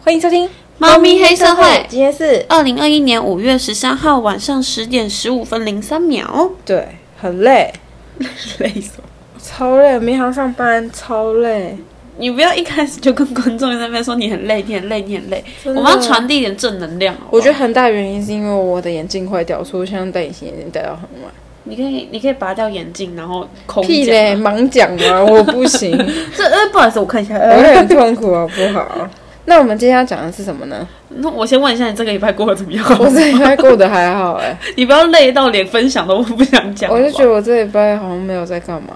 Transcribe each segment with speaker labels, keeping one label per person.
Speaker 1: 欢迎收听《
Speaker 2: 猫咪黑社会
Speaker 1: 今天是
Speaker 2: 二零二一年五月十三号晚上十点十五分零三秒。
Speaker 1: 对，很累，
Speaker 2: 累死我！
Speaker 1: 超累，明天上班超累。
Speaker 2: 你不要一开始就跟观众在那边说你很累，你很累，你很累。
Speaker 1: 真的
Speaker 2: 我们要传递一点正能量好不好
Speaker 1: 我觉得很大原因是因为我的眼镜坏掉，所以我现在戴隐形眼镜戴到很晚。
Speaker 2: 你可以，你可以拔掉眼镜，然后空
Speaker 1: 屁
Speaker 2: 讲
Speaker 1: 嘞，盲讲嘛，我不 行，
Speaker 2: 这呃，不好意思，我看一下。
Speaker 1: 我
Speaker 2: 呃
Speaker 1: 会很痛苦好不好？那我们今天要讲的是什么 呢？
Speaker 2: 那我先问一下，你这个礼拜过得怎么样？
Speaker 1: 我这礼拜过得还好哎、
Speaker 2: 你不要累到连分享都不想讲。
Speaker 1: 我就觉
Speaker 2: 得
Speaker 1: 得我这礼拜好像没有在干嘛。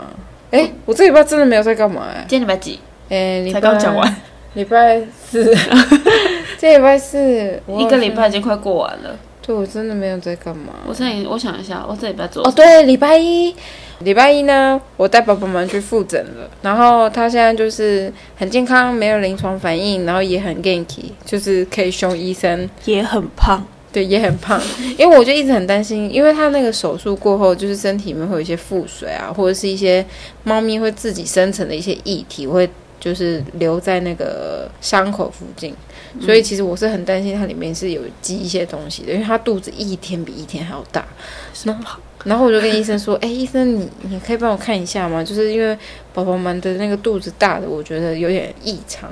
Speaker 1: 哎、我这礼拜真的没有在干嘛哎、
Speaker 2: 今天礼拜几？
Speaker 1: 哎、礼拜
Speaker 2: 才刚讲完，
Speaker 1: 礼拜四， 这礼拜四我好
Speaker 2: 一
Speaker 1: 像
Speaker 2: 个礼拜已经快过完了。
Speaker 1: 对我真的没有在干嘛。
Speaker 2: 我现在我想一下，我这礼拜做
Speaker 1: 哦，对，礼拜一，礼拜一呢，我带爸爸妈妈去复诊了，然后他现在就是很健康，没有临床反应，然后也很 ganky，就是可以凶医生，
Speaker 2: 也很胖。
Speaker 1: 对，也很胖。因为我就一直很担心，因为他那个手术过后，就是身体里面会有一些腹水啊，或者是一些猫咪会自己生成的一些液体会。就是留在那个伤口附近，所以其实我是很担心它里面是有积一些东西的，因为它肚子一天比一天还要大。
Speaker 2: 什么？
Speaker 1: 然后我就跟医生说：“哎、医生，你你可以帮我看一下吗？就是因为宝宝们的那个肚子大的，我觉得有点异常。”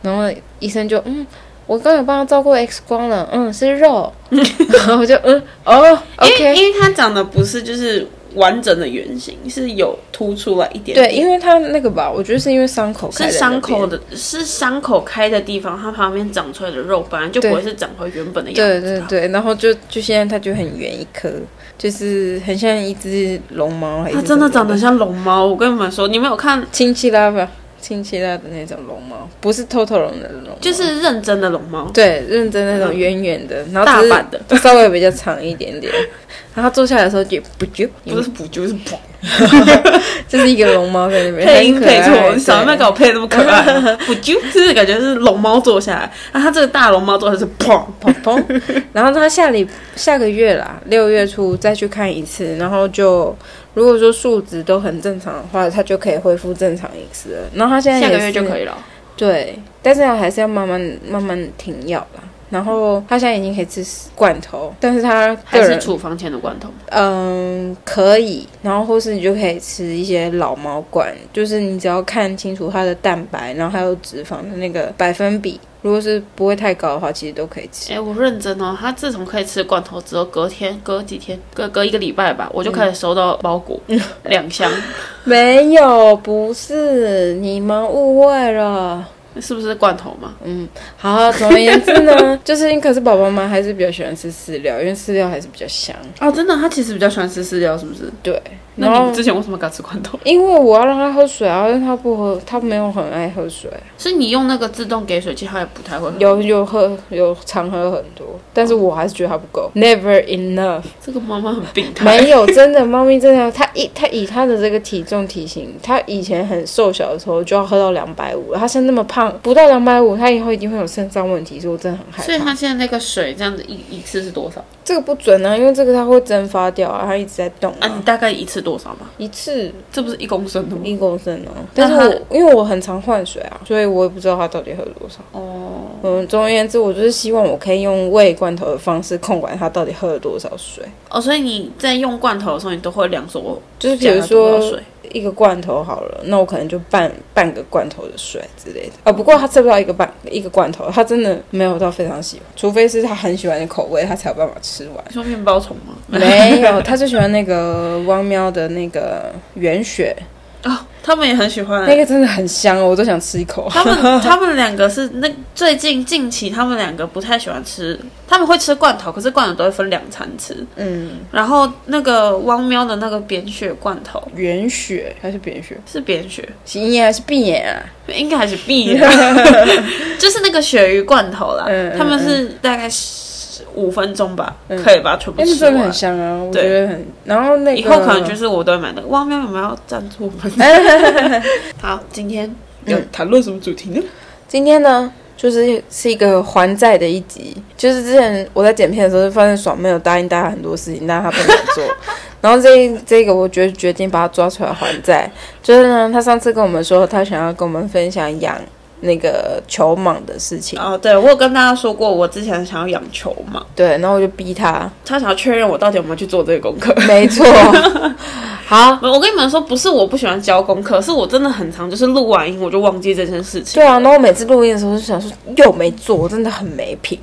Speaker 1: 然后医生就嗯，我刚有帮他照过 X 光了，嗯，是肉。 然后我就嗯，哦
Speaker 2: 因为
Speaker 1: ，OK，
Speaker 2: 因为它长得不是就是完整的圆形，是有凸出来一点
Speaker 1: 对，
Speaker 2: 点。
Speaker 1: 因为他那个吧，我觉得是因为伤口开
Speaker 2: 是
Speaker 1: 在那
Speaker 2: 伤
Speaker 1: 边
Speaker 2: 口的，是伤口开的地方，它旁边长出来的肉本来就不会是长回原本的样
Speaker 1: 对
Speaker 2: 子。
Speaker 1: 对对，然后就就现在它就很圆一颗，就是很像一只龙猫还是
Speaker 2: 它
Speaker 1: 什
Speaker 2: 真
Speaker 1: 么
Speaker 2: 的长得像龙猫，我跟你们说，你们有看
Speaker 1: 啊亲戚拉吧，亲戚拉的那种龙猫，不是偷偷龙的龙猫，
Speaker 2: 就是认真的龙猫，
Speaker 1: 对，认真那种圆圆的，然后
Speaker 2: 大
Speaker 1: 只
Speaker 2: 版的，
Speaker 1: 是稍微比较长一点点。然后坐下来的时候就不就
Speaker 2: 不是补就是补，
Speaker 1: 就是一个龙猫在那边，
Speaker 2: 配音
Speaker 1: 很可爱
Speaker 2: 配错，你少在那
Speaker 1: 对
Speaker 2: 边给我配那么可 爱，补就就是感觉是龙猫坐下来，然后它这个大龙猫坐下来是砰，
Speaker 1: 砰 砰。然后他下礼下个月啦，六月初再去看一次，然后就如果说数值都很正常的话，他就可以恢复正常饮食了。然后他现在
Speaker 2: 下个
Speaker 1: 也
Speaker 2: 月
Speaker 1: 是
Speaker 2: 就可以了。
Speaker 1: 对，但是还是要慢慢慢慢停药啦。然后他现在已经可以吃罐头，但是他个
Speaker 2: 还
Speaker 1: 人
Speaker 2: 是处方前的罐头，
Speaker 1: 嗯，可以，然后或是你就可以吃一些老毛管，就是你只要看清楚它的蛋白，然后还有脂肪的那个百分比，如果是不会太高的话，其实都可以吃。
Speaker 2: 哎、我认真哦，他自从可以吃罐头之后，隔天、隔几天、隔隔一个礼拜吧，我就开始收到包裹两、 箱，
Speaker 1: 没有，不是，你们误会了。嗯
Speaker 2: 是不是罐头嘛？
Speaker 1: 好，总而言之呢，就是可是宝宝们还是比较喜欢吃饲料，因为饲料还是比较香。
Speaker 2: 哦，真的，他其实比较喜欢吃饲料，是不是？
Speaker 1: 对，然
Speaker 2: 那你
Speaker 1: 后
Speaker 2: 们之前为什么给他吃罐头？
Speaker 1: 因为我要让他喝水啊，因为他不喝，他没有很爱喝水。
Speaker 2: 是你用那个自动给水器，他也不太会喝。
Speaker 1: 有有喝有常喝很多，但是我还是觉得它不够，never enough。
Speaker 2: 这个妈妈很病 态，
Speaker 1: 没有真的，猫咪真的，它以它以它的这个体重体型，它以前很瘦小的时候就要喝到两百五，它现在那么胖，不到两百五，它以后一定会有肾脏问题，所以我真的很害怕。
Speaker 2: 所以他现在那个水这样子一一次是多少？
Speaker 1: 这个不准啊，因为这个它会蒸发掉啊，它一直在动
Speaker 2: 啊，
Speaker 1: 啊，
Speaker 2: 你大概一次多少嘛？
Speaker 1: 一次
Speaker 2: 这不是一公升的吗？
Speaker 1: 一公升哦、
Speaker 2: 那
Speaker 1: 但
Speaker 2: 啊它
Speaker 1: 是我因为我很常换水啊，所以我也不知道它到底喝多少。
Speaker 2: 哦，
Speaker 1: 嗯，总而言之，我就是希望我可以用喂罐头的方式控管它到底喝了多少水。
Speaker 2: 哦，所以你在用罐头的时候，你都会量说我
Speaker 1: 就是比
Speaker 2: 加
Speaker 1: 如
Speaker 2: 了多少
Speaker 1: 说
Speaker 2: 水。。
Speaker 1: 一个罐头好了，那我可能就半半个罐头的水之类的。啊、不过他吃不到一个半一个罐头，他真的没有到非常喜欢，除非是他很喜欢的口味，他才有办法吃完
Speaker 2: 你说面包虫 吗？
Speaker 1: 没有，他最喜欢那个汪喵的那个圆雪，
Speaker 2: 哦，他们也很喜欢、
Speaker 1: 那个真的很香哦，我都想吃一口。
Speaker 2: 他们他们两个是那最近近期他们两个不太喜欢吃，他们会吃罐头，可是罐头都会分两餐吃。
Speaker 1: 嗯，
Speaker 2: 然后那个汪喵的那个扁血罐头
Speaker 1: 圆雪还是扁雪？
Speaker 2: 是扁血，
Speaker 1: 是眼还是闭眼啊？
Speaker 2: 应该还是必 的，就是那个鳕鱼罐头啦。
Speaker 1: 嗯嗯
Speaker 2: 他们是大概五分钟吧，
Speaker 1: 嗯
Speaker 2: 可以把它全部
Speaker 1: 但是
Speaker 2: 吃
Speaker 1: 真的
Speaker 2: 完
Speaker 1: 很。香啊，我
Speaker 2: 对
Speaker 1: 觉得很。然后那个
Speaker 2: 以后可能就是我都会买那个汪喵，有没有要赞助我 们？好，今天有
Speaker 1: 嗯
Speaker 2: 谈论什么主题呢？
Speaker 1: 今天呢，就是是一个还债的一集。就是之前我在剪片的时候，就发现爽妹有答应大家很多事情，但是她不能做。 然后这一这个，我决决定把她抓出来还债。就是呢，她上次跟我们说，她想要跟我们分享养那个球蟒的事情。
Speaker 2: 哦，对我有跟大家说过，我之前想要养球蟒，
Speaker 1: 对，然后我就逼 他，
Speaker 2: 他想要确认我到底有没有去做这个功课。
Speaker 1: 没错。好，
Speaker 2: 我跟你们说，不是我不喜欢教功课，是我真的很常就是录完音我就忘记这件事情。
Speaker 1: 对啊，然后我每次录音的时候就想说，又没做，我真的很没品。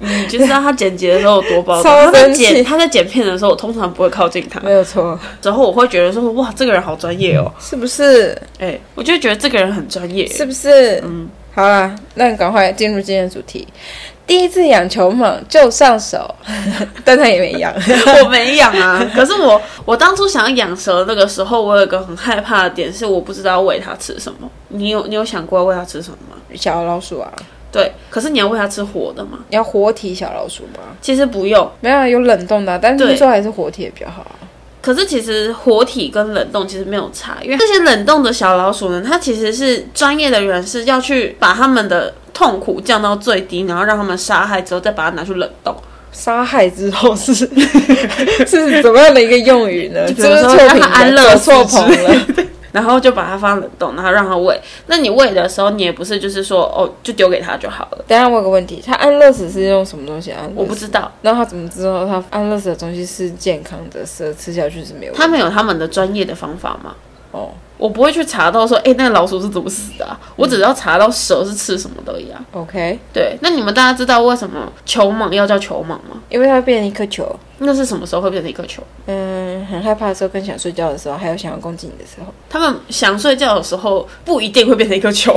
Speaker 2: 你就知道他剪辑的时候有多 包
Speaker 1: 超
Speaker 2: 他在
Speaker 1: 生气
Speaker 2: 剪他在剪片的时候，我通常不会靠近他，
Speaker 1: 没有错，
Speaker 2: 然后我会觉得说哇，这个人好专业哦，
Speaker 1: 是不是？
Speaker 2: 哎、我就觉得这个人很专业。
Speaker 1: 嗯是不是？嗯，好啦，那你赶快进入今天的主题。第一次养球蟒就上手， 但他也没养。
Speaker 2: 我没养啊，可是我我当初想要养蛇那个时候，我有一个很害怕的点是，我不知道喂它吃什么。你有你有想过要喂它吃什么吗？
Speaker 1: 小老鼠啊，
Speaker 2: 对，可是你要喂它吃活的吗？
Speaker 1: 要活体小老鼠吗？
Speaker 2: 其实不用，
Speaker 1: 没有啊，有冷冻的啊、但是
Speaker 2: 对
Speaker 1: 听说还是活体的比较好啊。
Speaker 2: 可是其实活体跟冷冻其实没有差，因为这些冷冻的小老鼠呢，它其实是专业的人士要去把它们的痛苦降到最低，然后让它们杀害之后再把它拿去冷冻。
Speaker 1: 杀害之后是 是怎么样的一个用语 呢？
Speaker 2: 比
Speaker 1: 这
Speaker 2: 如
Speaker 1: 不是
Speaker 2: 说
Speaker 1: 错评
Speaker 2: 让它安乐
Speaker 1: 了，走
Speaker 2: 死
Speaker 1: 错棚
Speaker 2: 之类
Speaker 1: 了。
Speaker 2: 然后就把它放冷冻，然后让它喂。那你喂的时候，你也不是就是说哦，就丢给它就好了。
Speaker 1: 等一下我有个问题，他安乐死是用什么东西安乐死？
Speaker 2: 我不知道，
Speaker 1: 那他怎么知道他安乐死的东西是健康的，是吃下去是没有？
Speaker 2: 他们有他们的专业的方法吗？
Speaker 1: 哦
Speaker 2: 我不会去查到说，哎、那个老鼠是怎么死的、啊，我只要查到蛇是吃什么的而已啊。
Speaker 1: ，OK，
Speaker 2: 对，那你们大家知道为什么球蟒要叫球蟒吗？
Speaker 1: 因为它会变成一颗球。
Speaker 2: 那是什么时候会变成一颗球？
Speaker 1: 嗯，很害怕的时候，跟想睡觉的时候，还有想要攻击你的时候，
Speaker 2: 他们想睡觉的时候不一定会变成一 颗球，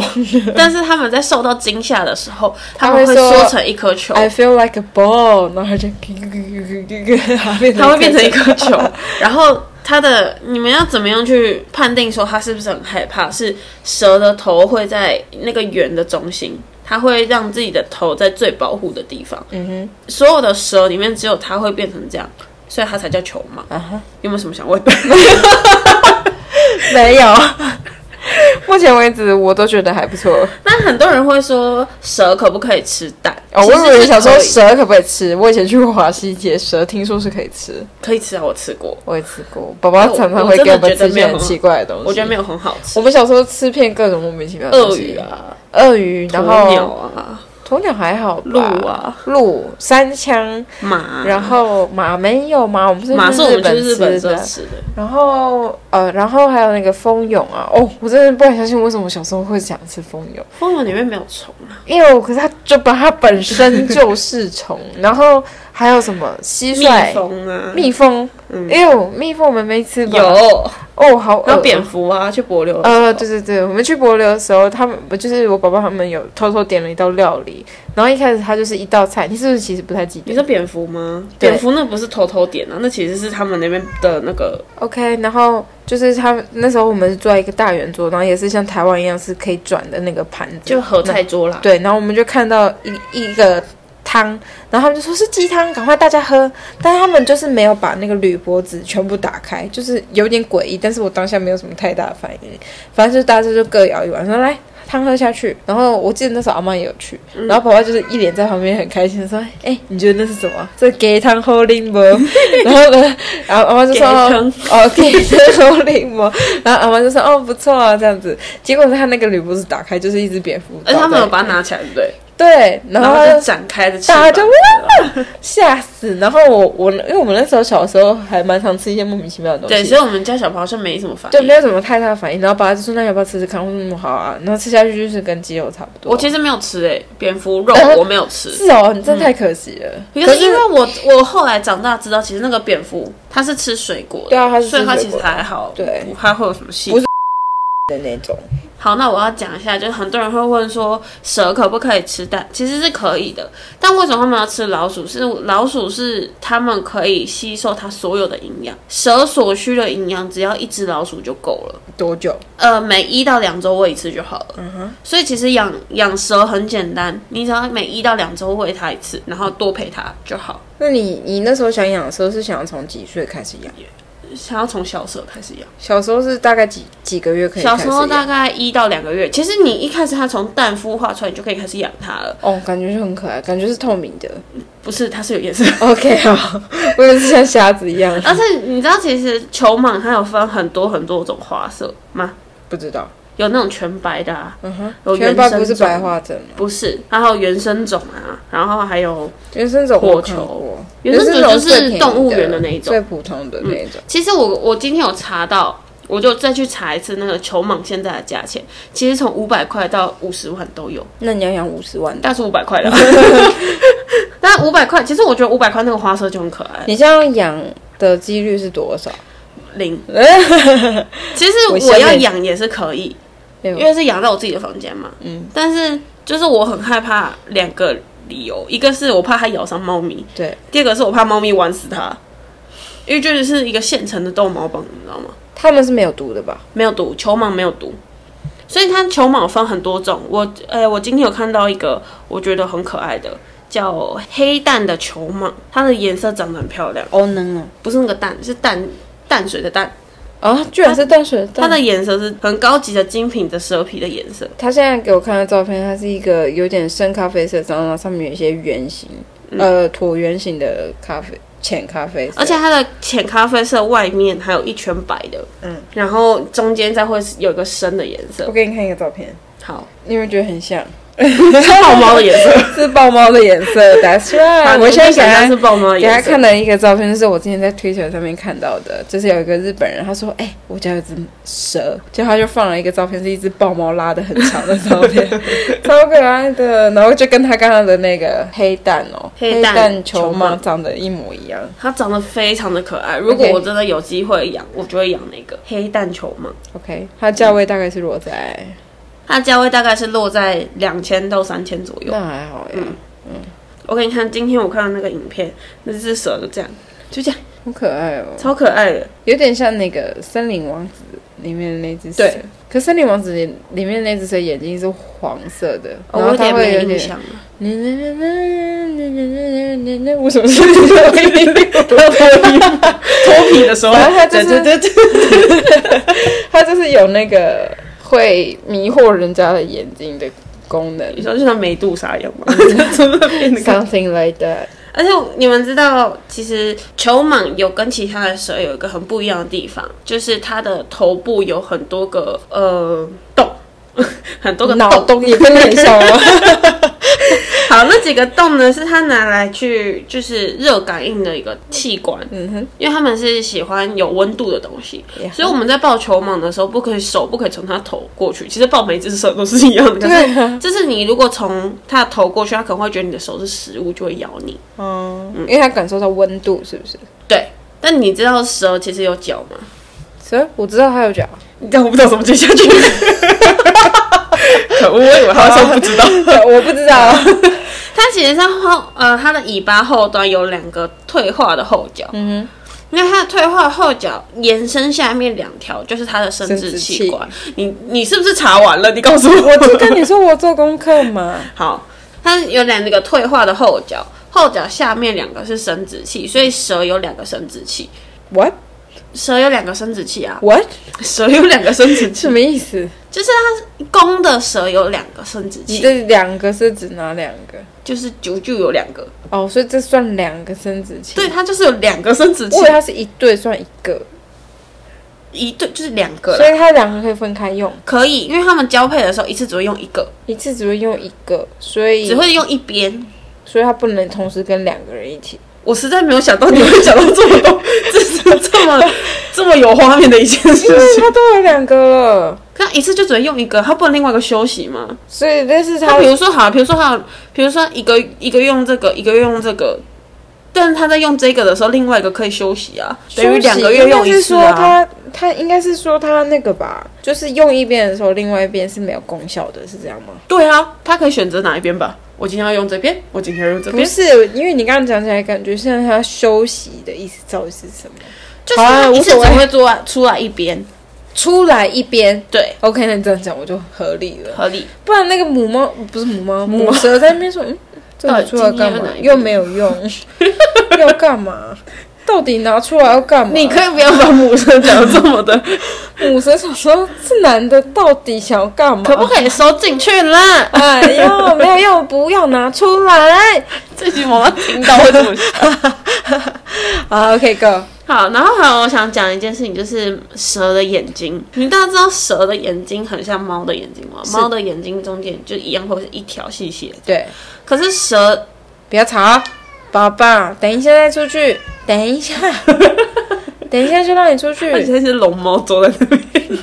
Speaker 2: 但是他们在受到惊吓的时候，他
Speaker 1: 他
Speaker 2: 们会
Speaker 1: 会说
Speaker 2: 缩成一颗球，
Speaker 1: I feel like a ball，然后它就咕咕咕咕咕咕，它变成
Speaker 2: 它会变成一
Speaker 1: 个
Speaker 2: 颗球。然后它的你们要怎么样去判定说它是不是很害怕？是蛇的头会在那个圆的中心，它会让自己的头在最保护的地方。
Speaker 1: 嗯哼，
Speaker 2: 所有的蛇里面只有它会变成这样，所以它才叫球嘛。
Speaker 1: 啊哈，
Speaker 2: 有没有什么想 问？
Speaker 1: 没有。 目前为止，我都觉得还不错。
Speaker 2: 那很多人会说蛇可不可以吃蛋？
Speaker 1: 哦，
Speaker 2: 其
Speaker 1: 我
Speaker 2: 实
Speaker 1: 以为
Speaker 2: 是
Speaker 1: 想说
Speaker 2: 可以
Speaker 1: 蛇可不可以吃？我以前去过华西街，蛇听说是可以吃，
Speaker 2: 可以吃啊，我吃过，
Speaker 1: 我也吃过。宝宝常常会给我们吃一些很奇怪的东西。
Speaker 2: 我觉得没有很好吃。
Speaker 1: 我们小时候吃遍各种莫名其妙的东
Speaker 2: 鳄
Speaker 1: 西
Speaker 2: 鱼，啊，
Speaker 1: 鳄鱼，然
Speaker 2: 鸵鸟
Speaker 1: 后
Speaker 2: 啊，
Speaker 1: 鸵鸟还好吧，
Speaker 2: 鹿啊，
Speaker 1: 鹿、山枪，
Speaker 2: 马啊，
Speaker 1: 然后马没有马，我们是
Speaker 2: 马是
Speaker 1: 是
Speaker 2: 我们去日本
Speaker 1: 本
Speaker 2: 时候
Speaker 1: 的。
Speaker 2: 吃的。
Speaker 1: 然后呃，然后还有那个蜂蛹啊，哦，我真的不敢相信为什么我小时候会想吃蜂蛹，
Speaker 2: 蜂蛹里面没有虫啊，
Speaker 1: 因为我可是它就把它本身就是虫，然后还有什么蟋
Speaker 2: 蜜
Speaker 1: 蟀、
Speaker 2: 蜂啊，
Speaker 1: 蜜蜂，
Speaker 2: 嗯
Speaker 1: 哎呦，蜜蜂我们没吃吧？
Speaker 2: 有，
Speaker 1: 哦，好恶
Speaker 2: 还有蝙蝠啊，去柏流的时候
Speaker 1: 呃，对对对，我们去柏流的时候，他们不就是我爸爸他们有偷偷点了一道料理，然后一开始它就是一道菜，你是不是其实不太记
Speaker 2: 你
Speaker 1: 得
Speaker 2: 说蝙蝠吗？
Speaker 1: 对
Speaker 2: 蝙蝠那不是偷偷点啊，那其实是他们那边的那个，
Speaker 1: ？OK，然后就是他们那时候我们是坐在一个大圆桌，然后也是像台湾一样是可以转的那个盘子，
Speaker 2: 就合菜桌啦。
Speaker 1: 对，然后我们就看到一一个汤，然后他们就说是鸡汤，赶快大家喝。但他们就是没有把那个铝箔纸全部打开，就是有点诡异。但是我当下没有什么太大的反应，反正就是大家就各舀一碗，说来。汤喝下去，然后我记得那时候阿妈也有去，
Speaker 2: 嗯
Speaker 1: 然后爸爸就是一脸在旁边很开心的说：“哎、你觉得那是什么？这鸡汤 holding 不？”然后呢，然后阿妈就说：“
Speaker 2: 鸡汤
Speaker 1: 哦，给这种领膜，然后阿妈就说哦不错啊这样子，结果他那个铝箔纸打开就是一只蝙蝠，
Speaker 2: 而且他们有把它拿起来，对不对？
Speaker 1: 对，然
Speaker 2: 然
Speaker 1: 后
Speaker 2: 后
Speaker 1: 他
Speaker 2: 就
Speaker 1: 就
Speaker 2: 展开的翅膀，
Speaker 1: 大家就哇吓死，然后我我因为我们那时候小时候还蛮常吃一些莫名其妙的东
Speaker 2: 对，
Speaker 1: 西。
Speaker 2: 所以我们家小朋友好像没什么反
Speaker 1: 就没
Speaker 2: 应。
Speaker 1: 有什么太大的反应，然后爸爸就说：“那要不要吃吃看？”我说：“嗯，好啊。”然后吃下去就是跟鸡肉差不多。
Speaker 2: 我其实没有吃诶、蝙蝠肉
Speaker 1: 呃
Speaker 2: 我没有吃，
Speaker 1: 是哦，你真的太可惜了。
Speaker 2: 可是因为我我后来长大知道，其实那个蝙蝠它是吃水果的，
Speaker 1: 对啊它是吃
Speaker 2: 所以它
Speaker 1: 水
Speaker 2: 其实
Speaker 1: 果的
Speaker 2: 还好，
Speaker 1: 对
Speaker 2: 不它会有什么细
Speaker 1: 不是的那种，
Speaker 2: 好，那我要讲一下，就是很多人会问说，蛇可不可以吃蛋？其实是可以的，但为什么他们要吃老鼠？是老鼠是它们可以吸收它所有的营养，蛇所需的营养只要一只老鼠就够了。
Speaker 1: 多久？
Speaker 2: 呃，每一到两周喂一次就好了。
Speaker 1: 嗯
Speaker 2: 所以其实养养蛇很简单，你只要每一到两周喂它一次，然后多陪它就好。
Speaker 1: 那你你那时候想养的时候是想要从几岁开始养？
Speaker 2: 想要从小蛇开始养，
Speaker 1: 小时候是大概几几个月可以开
Speaker 2: 小
Speaker 1: 始养？
Speaker 2: 时候大概一到两个月，其实你一开始它从蛋孵化出来，你就可以开始养它了。
Speaker 1: 哦，感觉就很可爱，感觉是透明的。
Speaker 2: 不是，它是有颜 色的
Speaker 1: OK，好， 我也是像瞎子一样，
Speaker 2: 啊而且你知道，其实球蟒它有分很多很多种花色吗？
Speaker 1: 不知道
Speaker 2: 有那种全白的、啊，
Speaker 1: 嗯哼，
Speaker 2: 有
Speaker 1: 全
Speaker 2: 原
Speaker 1: 白
Speaker 2: 生
Speaker 1: 不是
Speaker 2: 种
Speaker 1: 白化症吗？
Speaker 2: 不是，然后原生种啊，然后还有
Speaker 1: 原生种我看
Speaker 2: 火球
Speaker 1: 过，
Speaker 2: 原生种就是
Speaker 1: 最便宜
Speaker 2: 动物园的那一种
Speaker 1: 最普通的那一种。
Speaker 2: 其实我我今天有查到，我就再去查一次那个球蟒现在的价钱，其实从五百块到五十万都有，
Speaker 1: 那你要养五十万的，
Speaker 2: 但是五百 块了。但五百块，其实我觉得五百块那个花色就很可爱。
Speaker 1: 你这样养的几率是多少？
Speaker 2: 零， 其实
Speaker 1: 我
Speaker 2: 我
Speaker 1: 相
Speaker 2: 要
Speaker 1: 信
Speaker 2: 养也是可以，
Speaker 1: 因
Speaker 2: 因为是养在我自己的房间嘛。嗯，但是就是我很害怕两个理由，一个是我怕它咬伤猫咪，
Speaker 1: 对
Speaker 2: 第二个是我怕猫咪玩死它，因为就是一个现成的逗猫棒，你知道吗？
Speaker 1: 他们是没有毒的吧？
Speaker 2: 没有毒，球蟒没有毒。所以它球蟒分很多种，我呃，我今天有看到一个我觉得很可爱的，叫黑蛋的球蟒，它的颜色长得很漂亮，
Speaker 1: 哦，能哦，
Speaker 2: 不是那个蛋，是淡淡水的淡，
Speaker 1: 啊，居然是淡水
Speaker 2: 它
Speaker 1: 蛋。
Speaker 2: 的颜色是很高级的精品的蛇皮的颜色，
Speaker 1: 他现在给我看的照片，它是一个有点深咖啡色，然后上面有一些圆形，呃，椭圆形的咖啡，浅咖啡色。
Speaker 2: 嗯而且它的浅咖啡色外面还有一圈白的，嗯，然后中间再会有一个深的颜色
Speaker 1: 我，给你看一个照片，
Speaker 2: 好，
Speaker 1: 你有没有觉得很 像？
Speaker 2: 是豹猫的颜色，
Speaker 1: 是豹猫的颜色，That's right。我现在
Speaker 2: 想
Speaker 1: 给
Speaker 2: 象
Speaker 1: 他
Speaker 2: 是豹猫的
Speaker 1: 给
Speaker 2: 颜
Speaker 1: 他
Speaker 2: 色，
Speaker 1: 看了一个照片，就是我之前在 Twitter 上面看到的，就是有一个日本人，他说：“哎、我家有只蛇。”就他就放了一个照片，是一只豹猫拉的很长的照片， 超可爱的。然后就跟他刚刚的那个黑蛋哦，
Speaker 2: 黑
Speaker 1: 黑
Speaker 2: 蛋
Speaker 1: 蛋球
Speaker 2: 球
Speaker 1: 蟒
Speaker 2: 蟒
Speaker 1: 长得一模一样。
Speaker 2: 它长得非常的可爱。如果
Speaker 1: OK
Speaker 2: 我真的有机会养，我就会养那个黑蛋球蟒。
Speaker 1: OK，它的
Speaker 2: 嗯
Speaker 1: 价位大概是落在、
Speaker 2: 它的价位大概是落在两千到三千左右。
Speaker 1: 那还好呀，
Speaker 2: 我给你看，今天我看到那个影片，那只蛇就这样，就这样，
Speaker 1: 好可爱哦，
Speaker 2: 超可爱的。
Speaker 1: 有点像那个《森林王子》里面的那只蛇。
Speaker 2: 对，
Speaker 1: 可《森林王子》里里面那只蛇眼睛是黄色的，
Speaker 2: 哦
Speaker 1: 然
Speaker 2: 我
Speaker 1: 后
Speaker 2: 有
Speaker 1: 它
Speaker 2: 点
Speaker 1: 会
Speaker 2: 没
Speaker 1: 有
Speaker 2: 印
Speaker 1: 点。
Speaker 2: 象了，
Speaker 1: 为什么是脱皮？
Speaker 2: 脱皮的时候，
Speaker 1: 反正它就
Speaker 2: 对
Speaker 1: 是
Speaker 2: 对对对，
Speaker 1: 它就是有那个会迷惑人家的眼睛的功能
Speaker 2: 你说就像梅杜莎一样 嘛，真的变得更。
Speaker 1: ，something like that。
Speaker 2: 而且你们知道，其实球蟒有跟其他的蛇有一个很不一样的地方，就是它的头部有很多个呃洞， 很多个
Speaker 1: 脑
Speaker 2: 洞。
Speaker 1: 洞也跟脸像吗？
Speaker 2: 好，那几个洞呢，是它拿来去就是热感应的一个器官，
Speaker 1: 嗯哼，
Speaker 2: 因为他们是喜欢有温度的东西，所以我们在抱球蟒的时候，不可以手不可以从它头过去。其实抱每只手都是一样的，
Speaker 1: 对啊
Speaker 2: 可是就是你如果从它的头过去，它可能会觉得你的手是食物，就会咬你。
Speaker 1: 嗯，因为它感受到温度，是不是？
Speaker 2: 对，但你知道蛇其实有脚吗？
Speaker 1: 蛇，我知道它有脚。
Speaker 2: 但我不知道怎么接下 去。可恶，我以为他说不知道。
Speaker 1: 我不知道。
Speaker 2: 它其实上后呃，它的尾巴后端有两个退化的后脚，
Speaker 1: 嗯
Speaker 2: 因为它的退化后脚延伸下面两条就是它的生
Speaker 1: 生殖
Speaker 2: 殖
Speaker 1: 器
Speaker 2: 器官。你你是不是查完了？你告诉我。
Speaker 1: 我就跟你说我做功课嘛。
Speaker 2: 好，它有两个退化的后脚，后脚下面两个是生殖器，所以蛇有两个生殖器。
Speaker 1: What
Speaker 2: 蛇有两个生殖器啊，
Speaker 1: what
Speaker 2: 蛇有两个生殖器
Speaker 1: 什，么意思？
Speaker 2: 就是它公的蛇有两个生殖
Speaker 1: 你
Speaker 2: 器，
Speaker 1: 这两个是指哪两个？
Speaker 2: 就是九九有两个，
Speaker 1: 哦，所以这算两个生殖器。
Speaker 2: 对，，啊它就是有两个生殖器
Speaker 1: 我以为，它是一对算一个，
Speaker 2: 一对就是两个
Speaker 1: 所
Speaker 2: 啦，
Speaker 1: 以它两个可以分开用，
Speaker 2: 可以，因为它们交配的时候一次只会用一个，
Speaker 1: 一次只会用一个，所以
Speaker 2: 只会用一边。
Speaker 1: 所以它不能同时跟两个人一 起。
Speaker 2: 我实在没有想到你会想到这么多，这是这么这么有画面的一件事
Speaker 1: 对，
Speaker 2: 情。
Speaker 1: 它都有两个了，
Speaker 2: 可它一次就只能用一个，它不能另外一个休息吗？
Speaker 1: 所以但是它
Speaker 2: 他比如说好，比如说好，比如说一个一个用这个，一个用这个，但是他在用这个的时候，另外一个可以休息啊，等于两个月用一
Speaker 1: 应该
Speaker 2: 次
Speaker 1: 是说
Speaker 2: 啊。
Speaker 1: 它它应该是说它那个吧，就是用一边的时候，另外一边是没有功效的，是这样吗？
Speaker 2: 对啊，他可以选择哪一边吧。我今天要用这边，我今天要用这
Speaker 1: 不
Speaker 2: 边，
Speaker 1: 是，因为你刚刚讲起来，感觉像它休息的意思到底是什么？
Speaker 2: 就是
Speaker 1: 好啊
Speaker 2: 他一次
Speaker 1: 无所
Speaker 2: 只
Speaker 1: 谓
Speaker 2: 会做啊出来一边，
Speaker 1: 出来一边
Speaker 2: 对，
Speaker 1: ，OK，那你这样讲我就合理了。
Speaker 2: 合理。
Speaker 1: 不然那个母猫不是母猫，母蛇在那边说，嗯，这
Speaker 2: 到
Speaker 1: 个
Speaker 2: 底
Speaker 1: 出来干
Speaker 2: 哦今天要
Speaker 1: 嘛
Speaker 2: 哪？一个
Speaker 1: 又没有用， 要干嘛？到底拿出来要干嘛？
Speaker 2: 你可以不要把母蛇讲得这么的，
Speaker 1: 母蛇想说，这男的到底想要干嘛？
Speaker 2: 可不可以收进去啦？
Speaker 1: 哎呦，没有用，不要拿出来。
Speaker 2: 这集妈妈听到会怎么想？
Speaker 1: 好，OK，Go，、
Speaker 2: 好好，然后还有我想讲一件事情，就是蛇的眼睛。你大家知道蛇的眼睛很像猫的眼睛吗？猫的眼睛中间就一样会是一条细细的，
Speaker 1: 对，
Speaker 2: 可是蛇
Speaker 1: 不要吵，宝宝，等一下再出去，等一 下，等一下就让你出
Speaker 2: 而
Speaker 1: 去。
Speaker 2: 且是龙猫坐在那边。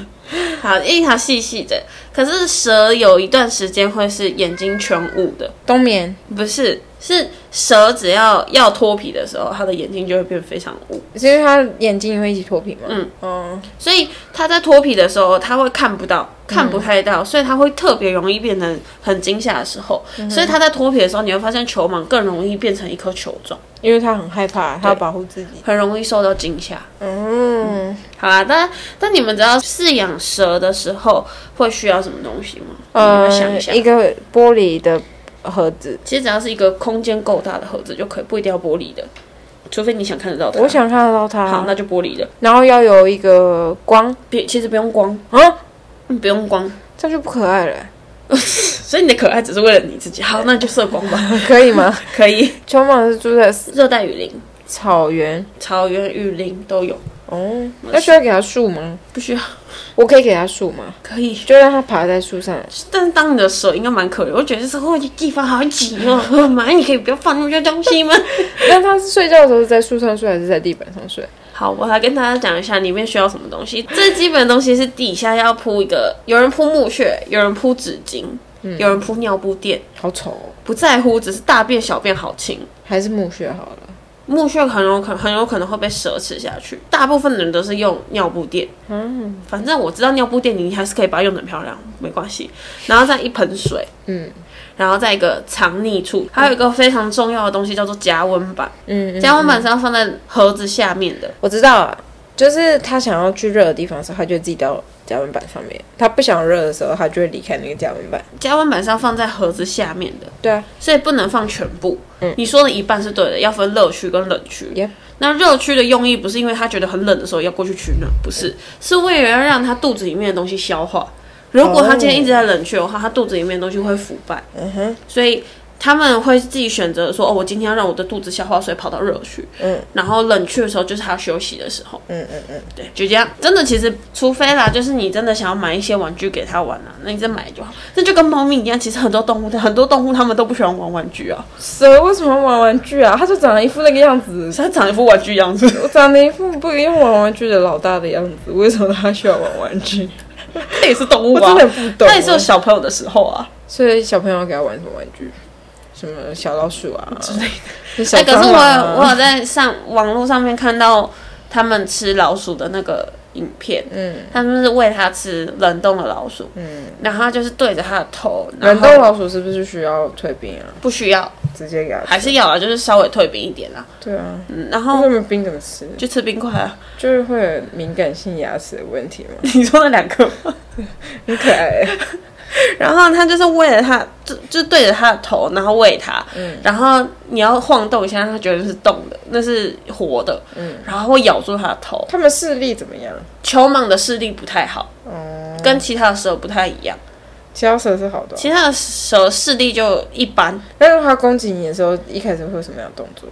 Speaker 2: 好，一条细细的，可是蛇有一段时间会是眼睛全雾的，
Speaker 1: 冬眠
Speaker 2: 不是，是蛇只要要脱皮的时候，它的眼睛就会变非常雾，
Speaker 1: 是因为它眼睛也会一起脱皮吗？
Speaker 2: 嗯
Speaker 1: 嗯，
Speaker 2: 所以它在脱皮的时候，它会看不到，看不太到，所以它会特别容易变成很惊吓的时候，所以它在脱皮的时候，你会发现球蟒更容易变成一颗球状，
Speaker 1: 因为它很害怕，它要保护自己。
Speaker 2: 很容易受到惊吓。
Speaker 1: 嗯，
Speaker 2: 好啦，但但你们知道饲养蛇的时候会需要什么东西吗？你
Speaker 1: 呃
Speaker 2: 们想一，下，
Speaker 1: 一个玻璃的盒子，
Speaker 2: 其实只要是一个空间够大的盒子就可以，不一定要玻璃的，除非你想看得到它。
Speaker 1: 我想看啊得到
Speaker 2: 啊好，
Speaker 1: 它，
Speaker 2: 那就玻璃的，
Speaker 1: 然后要有一个光，
Speaker 2: 别其实不用光，
Speaker 1: 啊，
Speaker 2: 嗯，不用光，
Speaker 1: 这样就不可爱了，
Speaker 2: 所以你的可爱只是为了你自己。好，那你就射光吧，
Speaker 1: 可以吗？
Speaker 2: 可以。
Speaker 1: 球蟒是住在
Speaker 2: 热带雨林、
Speaker 1: 草原，
Speaker 2: 草原雨林都有，
Speaker 1: 哦，那需要给它树吗？
Speaker 2: 不需要，
Speaker 1: 我可以给它树吗？
Speaker 2: 可以。
Speaker 1: 就让它爬在树 上，
Speaker 2: 但是当你的蛇应该蛮可怜，我觉得就是哦，这地方好挤哦， 妈，你可以不要放那么多东西吗？
Speaker 1: 那它是睡觉的时候是在树上睡还是在地板上睡？
Speaker 2: 好，我来跟大家讲一下里面需要什么东西。最基本的东西是底下要铺一个，有人铺木屑，有人铺纸巾，有人铺尿布垫，
Speaker 1: 好丑、哦，
Speaker 2: 不在乎，只是大便小便好清。
Speaker 1: 还是墓穴好了。
Speaker 2: 木屑很有可很有可能会被蛇吃下去，大部分的人都是用尿布垫。嗯，反正我知道尿布垫，你还是可以把它用得很漂亮，没关系。然后再一盆水，
Speaker 1: 嗯
Speaker 2: 然后再一个藏匿处，还有一个非常重要的东西叫做加温板。
Speaker 1: 嗯，
Speaker 2: 加温板是要放在盒子下面的，
Speaker 1: 我知道啊，就是他想要去热的地方的时候，他就自己到加温板上面；他不想热的时候，他就会离开那个加温板。
Speaker 2: 加温板是要放在盒子下面的。
Speaker 1: 对啊，
Speaker 2: 所以不能放全部。你说的一半是对的，要分热区跟冷区。
Speaker 1: 嗯 Yep
Speaker 2: 那热区的用意不是因为他觉得很冷的时候要过去取暖，不是，是为了要让他肚子里面的东西消化。如果他今天一直在冷却的话，他肚子里面的东西会腐败。
Speaker 1: 嗯哼，
Speaker 2: 所以他们会自己选择说，哦，我今天要让我的肚子消化，所以跑到热区。
Speaker 1: 嗯，
Speaker 2: 然后冷却的时候就是他休息的时候。
Speaker 1: 嗯嗯嗯，
Speaker 2: 对，就这样。真的，其实除非啦，就是你真的想要买一些玩具给他玩啊，那你再买就好。这就跟猫咪一样，其实很多动物，很多动物它们都不喜欢玩玩具啊，
Speaker 1: 蛇为什么玩玩具啊？他就长得一副那个样子，
Speaker 2: 它长得一副玩具样子。
Speaker 1: 我长得一副不用玩玩具的老大的样子，为什么他需要玩玩 具？
Speaker 2: 它也是动物
Speaker 1: 我
Speaker 2: 啊
Speaker 1: 真，的不懂
Speaker 2: 它。也是有小朋友的时候啊。
Speaker 1: 所以小朋友给他玩什么玩具？什么小老鼠啊之类的。小
Speaker 2: 哎、可是
Speaker 1: 蟑螂
Speaker 2: 我有
Speaker 1: 啊
Speaker 2: 我有在上网络上面看到他们吃老鼠的那个影片，
Speaker 1: 嗯
Speaker 2: 他们哎是喂它吃冷冻的老鼠，
Speaker 1: 嗯，
Speaker 2: 然后它就是对着它的头，然
Speaker 1: 冷
Speaker 2: 后
Speaker 1: 冻老鼠是不是需要退冰啊？
Speaker 2: 不需要，
Speaker 1: 直接给它吃？
Speaker 2: 还是要啊，就是稍微退冰一点啦。
Speaker 1: 对啊，
Speaker 2: 嗯，
Speaker 1: 那
Speaker 2: 然后
Speaker 1: 他们冰怎么吃？
Speaker 2: 就吃冰块啊。
Speaker 1: 就是会有敏感性牙齿的问题吗？
Speaker 2: 你说那两个吗
Speaker 1: 很可爱欸，
Speaker 2: 然后他就是为了他，就就对着他的头，然后喂他，然后你要晃动一下，让他觉得是动的，那是活的，然后会咬住他的头。
Speaker 1: 他们视力怎么样？
Speaker 2: 球蟒的视力不太好，
Speaker 1: 哦、
Speaker 2: 跟其他的蛇不太一样，
Speaker 1: 其他蛇是好的哦、
Speaker 2: 其他的蛇视力就一般，
Speaker 1: 那如果它攻击你的时候，一开始会有什么样的动作？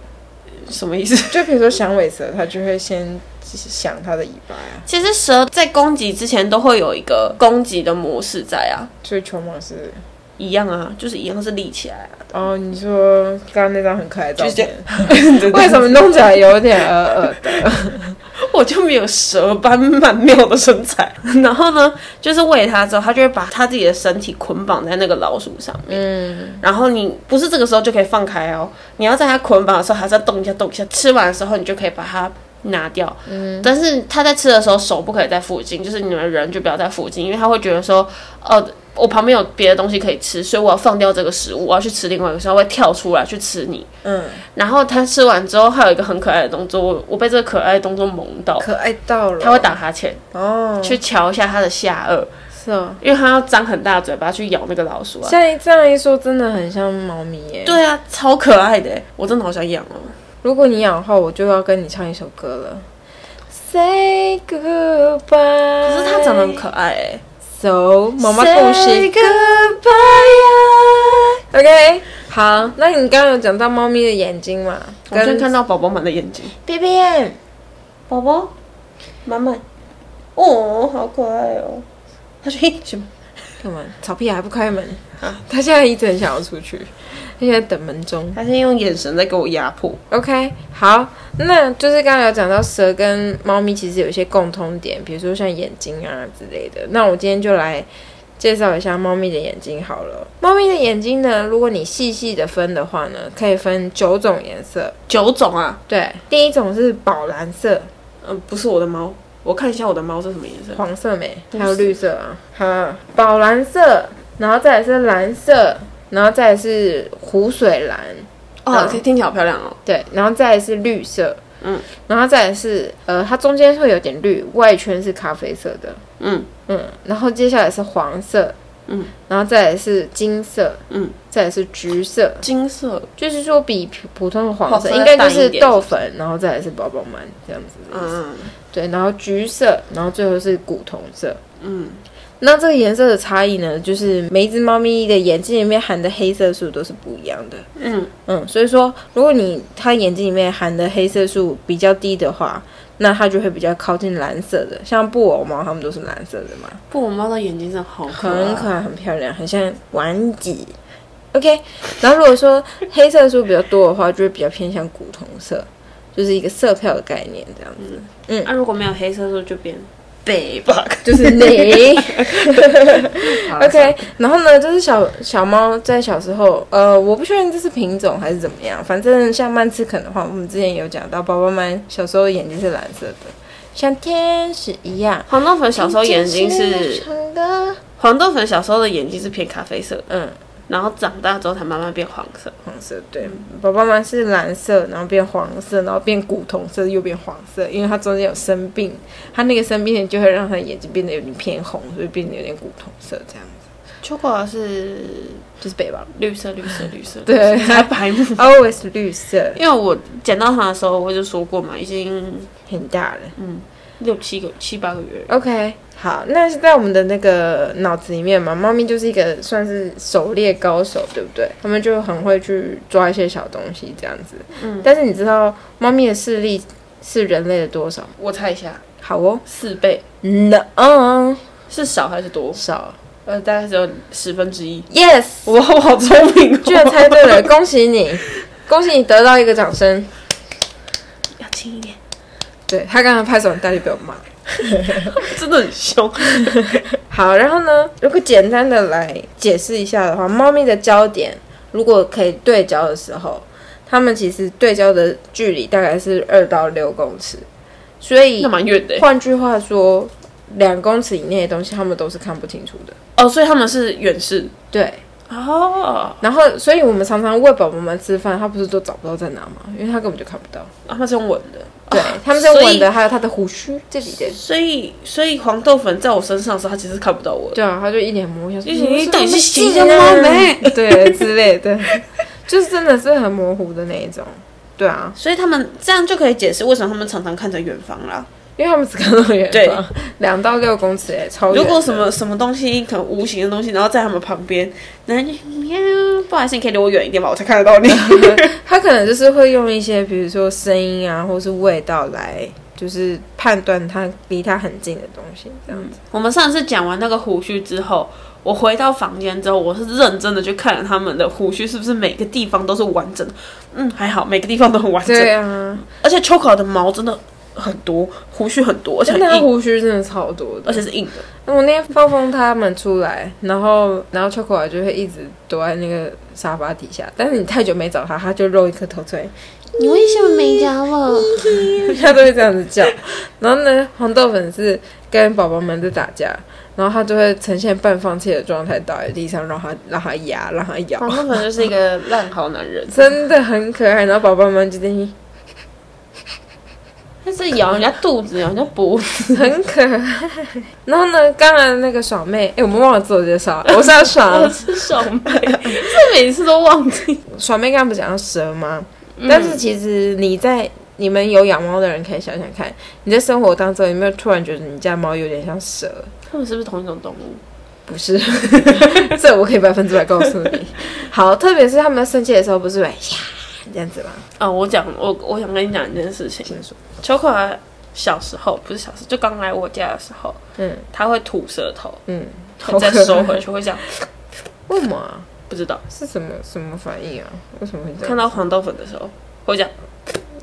Speaker 2: 什么意思？
Speaker 1: 就比如说响尾蛇，它就会先想它的尾巴呀、
Speaker 2: 其实蛇在攻击之前都会有一个攻击的模式在啊，
Speaker 1: 所以球蟒是
Speaker 2: 一样啊，就是一样是立起来啊，
Speaker 1: 哦，你说刚刚那张很可爱的照
Speaker 2: 就是这
Speaker 1: 片， 为什么弄起来有点呃 呃的？
Speaker 2: 我就没有蛇般曼妙的身材。 然后呢，就是喂它之后，它就会把它自己的身体捆绑在那个老鼠上面。
Speaker 1: 嗯，
Speaker 2: 然后你不是这个时候就可以放开哦，你要在它捆绑的时候还是要动一下动一下，吃完的时候你就可以把它。拿掉，嗯，但是它在吃的时候手不可以在附近，就是你们人就不要在附近，因为它会觉得说，哦，我旁边有别的东西可以吃，所以我要放掉这个食物，我要去吃另外一个，所以它会跳出来去吃你。
Speaker 1: 嗯，
Speaker 2: 然后它吃完之后还有一个很可爱的动作，我我被这个可爱的动作萌到，
Speaker 1: 可爱到了。
Speaker 2: 他会打哈欠，
Speaker 1: 哦，
Speaker 2: 去瞧一下他的下颚，
Speaker 1: 是哦。
Speaker 2: 因为他要张很大的嘴巴去咬那个老鼠啊。
Speaker 1: 像这样一说，真的很像猫咪耶。，
Speaker 2: 对啊，超可爱的欸，我真的好想养哦。
Speaker 1: 如果你养的话，我就要跟你唱一首歌了。Say goodbye。
Speaker 2: 可
Speaker 1: 可
Speaker 2: 是它长得很可爱哎。
Speaker 1: So，妈妈
Speaker 2: 恭
Speaker 1: 恭
Speaker 2: 喜
Speaker 1: 喜。
Speaker 2: goodbye 啊！
Speaker 1: OK，好，那你刚刚有讲到猫咪的眼睛嘛？
Speaker 2: 我最近
Speaker 1: 跟
Speaker 2: 看到宝宝们的眼睛，
Speaker 1: B B M，
Speaker 2: 宝宝，满满，哦，好可爱哦。他说：“嘿，什么？
Speaker 1: 干嘛？草屁还不开门啊！他现在一直很想要出去，他现在等门钟。
Speaker 2: 他是用眼神在给我压迫。
Speaker 1: OK，好，那就是刚刚有讲到蛇跟猫咪其实有一些共通点，比如说像眼睛啊之类的。那我今天就来介绍一下猫咪的眼睛好了。猫咪的眼睛呢，如果你细细的分的话呢，可以分九种颜色。
Speaker 2: 九种啊，
Speaker 1: 对，第一种是宝蓝色，
Speaker 2: 嗯、不是我的猫，我看一下我的猫是什么颜色。
Speaker 1: 黄色没，还有绿色啊，好，宝蓝色，然后再来是蓝色，然后再来是湖水蓝，
Speaker 2: 哦，听听起来好漂亮哦。
Speaker 1: 对，然后再来是绿色，
Speaker 2: 嗯，
Speaker 1: 然后再来是呃，它中间会有点绿，外圈是咖啡色的，
Speaker 2: 嗯
Speaker 1: 嗯，然后接下来是黄色，
Speaker 2: 嗯，
Speaker 1: 然后再来是金色，
Speaker 2: 嗯，
Speaker 1: 再来是橘色，
Speaker 2: 金色，
Speaker 1: 就是说比普普通的黄
Speaker 2: 黄
Speaker 1: 色
Speaker 2: 色
Speaker 1: 应该
Speaker 2: 淡
Speaker 1: 就
Speaker 2: 一
Speaker 1: 是
Speaker 2: 点
Speaker 1: 豆粉，然后再来是宝宝们这样子，
Speaker 2: 嗯
Speaker 1: 对，然后橘色，然后最后是古铜色。
Speaker 2: 嗯，
Speaker 1: 那这个颜色的差异呢，就是每一只猫咪的眼睛里面含的黑色素都是不一样的。
Speaker 2: 嗯
Speaker 1: 嗯，所以说，如果你它眼睛里面含的黑色素比较低的话，那它就会比较靠近蓝色的。像布偶猫，它们都是蓝色的嘛，
Speaker 2: 布偶猫的眼睛真的好可爱，
Speaker 1: 很可爱，很漂亮，很像玩具。OK，然后如果说黑色素比较多的话，就会比较偏向古铜色，就是一个色票的概念这样子。
Speaker 2: 那、如果没有黑色素就变北吧。
Speaker 1: 就是 你。
Speaker 2: 好了
Speaker 1: OK，然后呢，就是小小猫在小时候，呃，我不确定这是品种还是怎么样，反正像曼赤肯的话，我们之前有讲到，宝宝们小时候眼睛是蓝色的，像天使一样。
Speaker 2: 黄豆粉小时候眼睛是
Speaker 1: 唱歌，
Speaker 2: 黄豆粉小时候的眼睛是偏咖啡色，
Speaker 1: 嗯，
Speaker 2: 然后长大之后才慢慢变黄色。
Speaker 1: 黄色。对，宝宝们是蓝色，然后变黄色，然后变古铜色，又变黄色，因为它中间有生病，它那个生病就会让它眼睛变得有点偏红，所以变得有点古铜色，这样子
Speaker 2: 秋果是
Speaker 1: 就是北吧
Speaker 2: 绿色，绿色，绿色，
Speaker 1: 对
Speaker 2: 绿色还白目。
Speaker 1: ，always 绿色，
Speaker 2: 因为我捡到它的时候，我就说过嘛，已经嗯
Speaker 1: 很大了。
Speaker 2: 六七个、七八个月了。
Speaker 1: OK，好，那是在我们的那个脑子里面嘛，猫咪就是一个算是狩猎高手，对不对？他们就很会去抓一些小东西这样子。
Speaker 2: 嗯，
Speaker 1: 但是你知道猫咪的视力是人类的多少？
Speaker 2: 我猜一下，
Speaker 1: 好哦，
Speaker 2: 四倍
Speaker 1: 那嗯，
Speaker 2: 是少还是多？
Speaker 1: 少
Speaker 2: 呃，大概只有十分之一。
Speaker 1: ，yes，
Speaker 2: 哇，我好聪明、哦！
Speaker 1: 居然猜对 了，恭喜你，恭喜你得到一个掌声。
Speaker 2: 要轻一点，
Speaker 1: 对他刚刚拍手，大家不要骂。
Speaker 2: 真的很凶。
Speaker 1: 好，然后呢，如果简单的来解释一下的话，猫咪的焦点如果可以对焦的时候，它们其实对焦的距离大概是二到六公尺，所以
Speaker 2: 那蛮远的欸
Speaker 1: 换句话说，两公尺以内的东西它们都是看不清楚的。
Speaker 2: 哦，所以他们是远视
Speaker 1: 对，
Speaker 2: 哦，
Speaker 1: 然后所以我们常常喂宝宝们吃饭，它不是都找不到在哪吗？因为它根本就看不到。
Speaker 2: 他啊们是用闻的，
Speaker 1: 对，它们在闻的，还有它的胡须这里的。
Speaker 2: 所以所以黄豆粉在我身上的时候，它其实看不到我的。
Speaker 1: 对啊，他就一脸模糊，想说
Speaker 2: 就是你
Speaker 1: 是
Speaker 2: 到底是
Speaker 1: 新
Speaker 2: 谁
Speaker 1: 的
Speaker 2: 的
Speaker 1: 猫
Speaker 2: 猫
Speaker 1: 没
Speaker 2: 没？
Speaker 1: 对之类的，就是真的是很模糊的那一种。对啊，
Speaker 2: 所以他们这样就可以解释为什么他们常常看着远方啦。
Speaker 1: 因为他们只看到远
Speaker 2: 对
Speaker 1: 方，两到六公尺、欸，超远的。
Speaker 2: 如果什么什么东西，可能无形的东西，然后在他们旁边，然后就喵，不好意思，你可以离我远一点吧，我才看 得到你。
Speaker 1: 他可能就是会用一些，比如说声音啊，或是味道来，就是判断它离它很近的东西，这样子。
Speaker 2: 我们上次讲完那个胡须之后，我回到房间之后，我是认真的去看了他们的胡须是不是每个地方都是完整的。嗯，还好每个地方都很完整
Speaker 1: 对，啊，
Speaker 2: 而且秋考的毛真的很多，胡须很多，而且
Speaker 1: 真
Speaker 2: 很
Speaker 1: 的它
Speaker 2: 硬，
Speaker 1: 胡须真的超多的
Speaker 2: 而。且是硬的。
Speaker 1: 我那天放风他们出来，然后然后秋口就会一直躲在那个沙发底下，但是你太久没找他，他就露一颗头出来，
Speaker 2: 你为什么没找我？
Speaker 1: 他都会这样子叫。然后呢，黄豆粉是跟宝宝们在打架，然后他就会呈现半放弃的状态，倒在地上，让他让他压，让他咬
Speaker 2: 黄，豆粉就是一个烂好男 人，
Speaker 1: 真的很可爱。然后宝宝们就在那
Speaker 2: 他是咬人家肚子，咬人家脖子。
Speaker 1: 边很可爱。然后呢，刚刚那个爽妹，哎，我们忘了自我介绍，我是要爽
Speaker 2: 我。是小妹，这每次都忘记。
Speaker 1: 爽妹刚刚不讲到蛇吗？
Speaker 2: 嗯
Speaker 1: 但是其实你在你们有养猫的人可以想想看，你在生活当中有没有突然觉得你家猫有点像蛇？
Speaker 2: 他们是不是同一种动物？
Speaker 1: 不是， 这我可以百分之百告诉你。好，特别是他们生气的时候，不是会呀这样子吗？嗯
Speaker 2: 啊、我讲我我想跟你讲一件事情。
Speaker 1: 先说，
Speaker 2: 秋可小时候不是小时候，就刚来我家的时候，
Speaker 1: 嗯
Speaker 2: 它会吐舌头，
Speaker 1: 嗯，好
Speaker 2: 再
Speaker 1: 可
Speaker 2: 收
Speaker 1: 爱
Speaker 2: 回去会这样，
Speaker 1: 为什么啊？
Speaker 2: 不知道。
Speaker 1: 是什么什么反应啊？为什么会这
Speaker 2: 看
Speaker 1: 样？
Speaker 2: 到黄豆粉的时候会这样，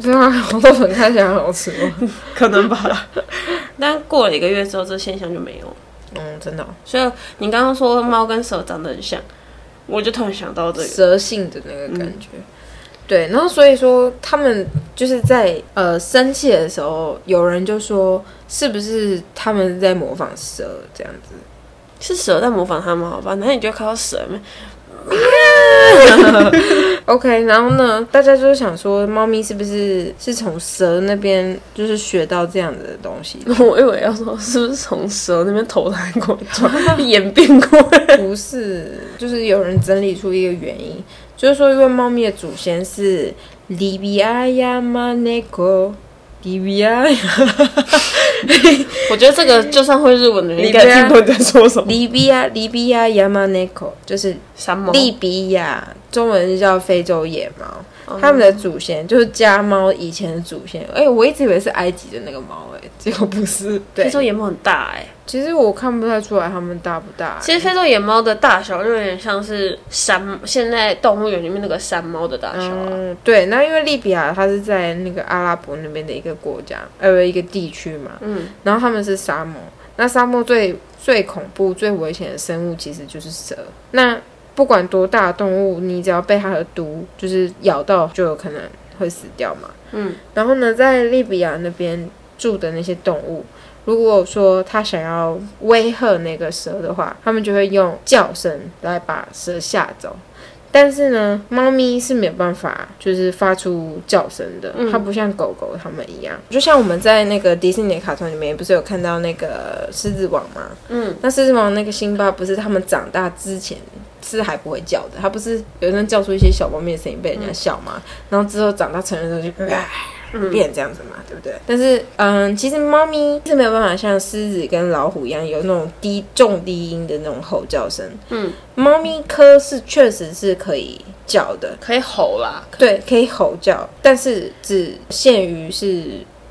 Speaker 1: 所以它红豆粉看起来很好吃吗？
Speaker 2: 可能吧。 但过了一个月之后，这现象就没有了。
Speaker 1: 嗯，真的哦、
Speaker 2: 所以你刚刚说猫跟蛇长得很像，我就突然想到这个。
Speaker 1: 蛇性的那个感觉。对，然后所以说他们就是在呃生气的时候，有人就说是不是他们在模仿蛇这样子？
Speaker 2: 是蛇在模仿他们，好吧？然后你就看到蛇没？
Speaker 1: OK，然后呢，大家就是想说，猫咪是不是是从蛇那边就是学到这样子的东 西？
Speaker 2: 我以为要说是不是从蛇那边投胎过来，演变过来？
Speaker 1: 不是，就是有人整理出一个原因，就是说因为猫咪的祖先是 l 比亚亚马内 o 利比亚
Speaker 2: 我觉得这个就算会日文的人
Speaker 1: 你
Speaker 2: 应该
Speaker 1: 不要
Speaker 2: 也听不懂你在说什么。
Speaker 1: 利比亚利比亚亚马内 o 就是
Speaker 2: 山猫，
Speaker 1: 利比亚，中文叫非洲野猫。
Speaker 2: 嗯
Speaker 1: 他们的祖先就是家猫以前的祖先，哎、我一直以为是埃及的那个猫、哎，结果不是。对
Speaker 2: 非，洲野猫很大哎、
Speaker 1: 其实我看不太出来它们大不大、
Speaker 2: 其实非洲野猫的大小就有点像是山，现在动物园里面那个山猫的大小啊。
Speaker 1: 嗯，对，那因为利比亚它是在那个阿拉伯那边的一个国家，呃，一个地区嘛，
Speaker 2: 嗯，
Speaker 1: 然后他们是沙漠，那沙漠最最恐怖、最危险的生物其实就是蛇。那不管多大的动物，你只要被它的毒就是咬到，就有可能会死掉嘛。
Speaker 2: 嗯，
Speaker 1: 然后呢，在利比亚那边住的那些动物。如果说它想要威吓那个蛇的话，他们就会用叫声来把蛇吓走。但是呢，猫咪是没有办法，就是发出叫声的，
Speaker 2: 嗯
Speaker 1: 它不像狗狗它们一样。就像我们在那个迪士尼的卡通里面，不是有看到那个狮子王吗？
Speaker 2: 嗯，
Speaker 1: 那狮子王那个辛巴不是他们长大之前是还不会叫的，他不是有人叫出一些小猫咪的声音被人家笑吗？然后之后长大成人之后就。啊
Speaker 2: 嗯
Speaker 1: 变这样子嘛，对不对？但是，嗯，其实猫咪是没有办法像狮子跟老虎一样有那种低重低音的那种吼叫声。
Speaker 2: 嗯，
Speaker 1: 猫咪科是确实是可以叫的，
Speaker 2: 可以吼啦，
Speaker 1: 对，可以吼叫，但是只限于是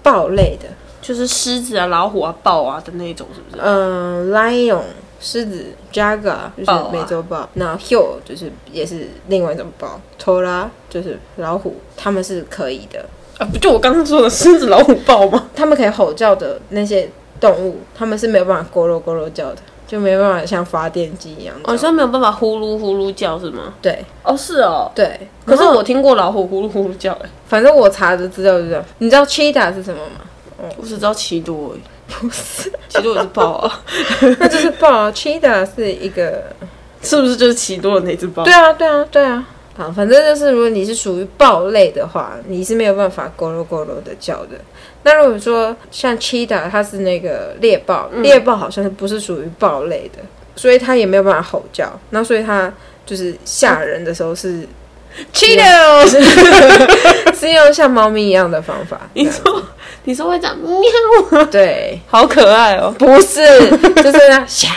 Speaker 1: 豹类的，
Speaker 2: 就是狮子啊、老虎啊、豹啊的那种，是不是？
Speaker 1: 嗯，lion 狮子，jaguar 就
Speaker 2: 豹啊
Speaker 1: 是美洲豹，那 hill 就是也是另外一种豹，tora 就是老虎，它们是可以的，
Speaker 2: 啊，不就我刚刚说的狮子、老虎、豹吗？
Speaker 1: 它们可以吼叫的那些动物，它们是没有办法咕噜咕噜叫的，就没办法像发电机一样叫。
Speaker 2: 好哦像没有办法呼噜呼噜叫是吗？
Speaker 1: 对
Speaker 2: 哦，是哦。
Speaker 1: 对，
Speaker 2: 可是
Speaker 1: 然后
Speaker 2: 我听过老虎呼噜呼噜叫、欸，
Speaker 1: 反正我查的资料就是这样，你知道 cheetah 是什么 吗？
Speaker 2: 哦我只知道奇多、欸， 不是奇多也是豹啊，
Speaker 1: 那就是豹啊，cheetah 是一个
Speaker 2: 是不是就是奇多的那只豹？
Speaker 1: 对，啊，对啊，对啊。好，反正就是如果你是属于豹类的话，你是没有办法咕噜咕噜的叫的。那如果说像 cheetah，它是那个猎豹，猎豹好像不是属于豹类的，所以它也没有办法吼叫。那所以它就是吓人的时候 是、
Speaker 2: 奇多。
Speaker 1: 是用像猫咪一样的方法。
Speaker 2: 你说你说会这样喵，
Speaker 1: 对，
Speaker 2: 好可爱哦、
Speaker 1: 不是，就是那 吓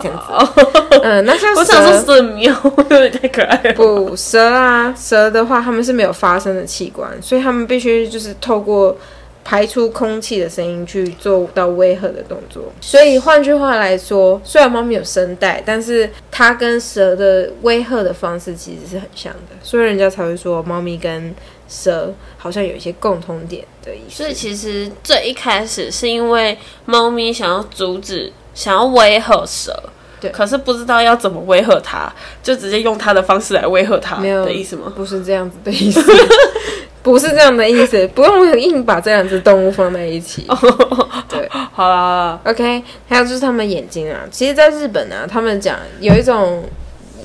Speaker 1: 这样子。嗯，那像
Speaker 2: 我想说
Speaker 1: 蛇
Speaker 2: 是啊喵， 有点太可爱了。
Speaker 1: 不，蛇啊，蛇的话，它们是没有发声的器官，所以它们必须就是透过排出空气的声音去做到威吓的动作。所以换句话来说，虽然猫咪有声带，但是它跟蛇的威吓的方式其实是很像的，所以人家才会说猫咪跟蛇好像有一些共通点的意思
Speaker 2: 所。以其实最一开始是因为猫咪想要阻止，想要威吓蛇。
Speaker 1: 对
Speaker 2: 可是不知道要怎么威吓它，就直接用它的方式来威吓它
Speaker 1: 没有
Speaker 2: 的意思吗？
Speaker 1: 不是这样子的意思，不是这样的意思，不用硬把这两只动物放在一起。对。
Speaker 2: 好啦，
Speaker 1: OK，还有就是他们眼睛啊，其实，在日本啊，他们讲有一种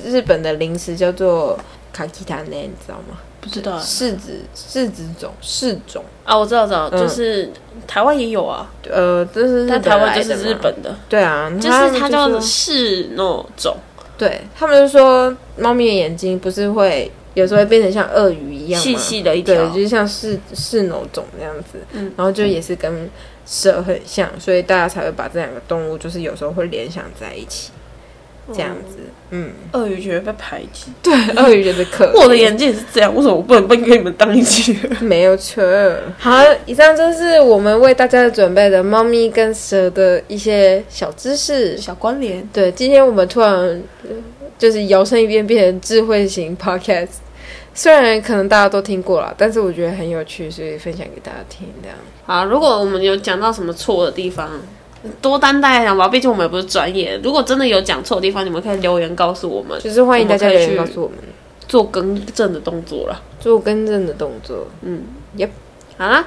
Speaker 1: 日本的零食叫做卡基塔内，你知道吗？
Speaker 2: 不知道
Speaker 1: 柿子柿子种柿种，
Speaker 2: 啊，我知道，知道，
Speaker 1: 嗯
Speaker 2: 就是台湾也有啊，
Speaker 1: 呃，这是日
Speaker 2: 但
Speaker 1: 本
Speaker 2: 台湾
Speaker 1: 来
Speaker 2: 就
Speaker 1: 的
Speaker 2: 是日
Speaker 1: 嘛，
Speaker 2: 本的，
Speaker 1: 对啊，
Speaker 2: 就
Speaker 1: 他
Speaker 2: 是
Speaker 1: 们
Speaker 2: 它叫
Speaker 1: 说
Speaker 2: 做是那种，
Speaker 1: 对他们就说猫咪的眼睛不是会有时候会变成像鳄鱼一样吗
Speaker 2: 细细的一条
Speaker 1: 对，就是像是是某种那样子，
Speaker 2: 嗯
Speaker 1: 然后就也是跟蛇很像，所以大家才会把这两个动物就是有时候会联想在一起。这样子。
Speaker 2: 哦
Speaker 1: 嗯，
Speaker 2: 鳄鱼觉得被排挤，
Speaker 1: 对， 鳄鱼觉得可
Speaker 2: 我的眼睛也是这样，为什么我不能被跟你们当一起？
Speaker 1: 没有错。好，以上就是我们为大家准备的猫咪跟蛇的一些 小知识。
Speaker 2: 小关联，
Speaker 1: 对，今天我们突然呃就是摇身一变变成智慧型 podcast，虽然可能大家都听过了，但是我觉得很有趣，所以分享给大家听。这样，
Speaker 2: 好，如果我们有讲到什么错的地方，多担待一下吧，毕竟我们也不是专业。如果真的有讲错的地方，你们可以留言告诉我们，
Speaker 1: 就是欢迎大家
Speaker 2: 我
Speaker 1: 留
Speaker 2: 们可以
Speaker 1: 言
Speaker 2: 去
Speaker 1: 告诉我们
Speaker 2: 做更正的动作啦。
Speaker 1: 做更正的动作。
Speaker 2: 嗯
Speaker 1: Yep
Speaker 2: 好啦，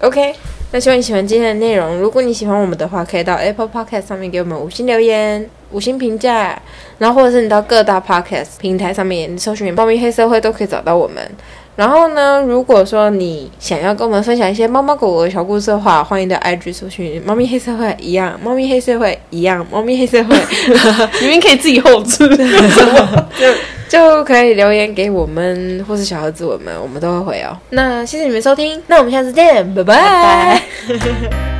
Speaker 1: OK，那希望你喜欢今天的内容。如果你喜欢我们的话，可以到 Apple Podcast 上面给我们五星留言、五星评价，然后或者是你到各大 Podcast 平台上面搜寻“猫咪黑社会”都可以找到我们。然后呢，如果说你想要跟我们分享一些猫猫狗狗的小故事的话，欢迎到 IG 搜寻“猫咪黑社会”一样，“猫咪黑社会”一样，“猫咪黑社会
Speaker 2: 明明可以自己后置。
Speaker 1: 就”就可以留言给我们，或是小盒子我们，我们都会回哦。那谢谢你们收听，那我们下次见，拜拜。
Speaker 2: 拜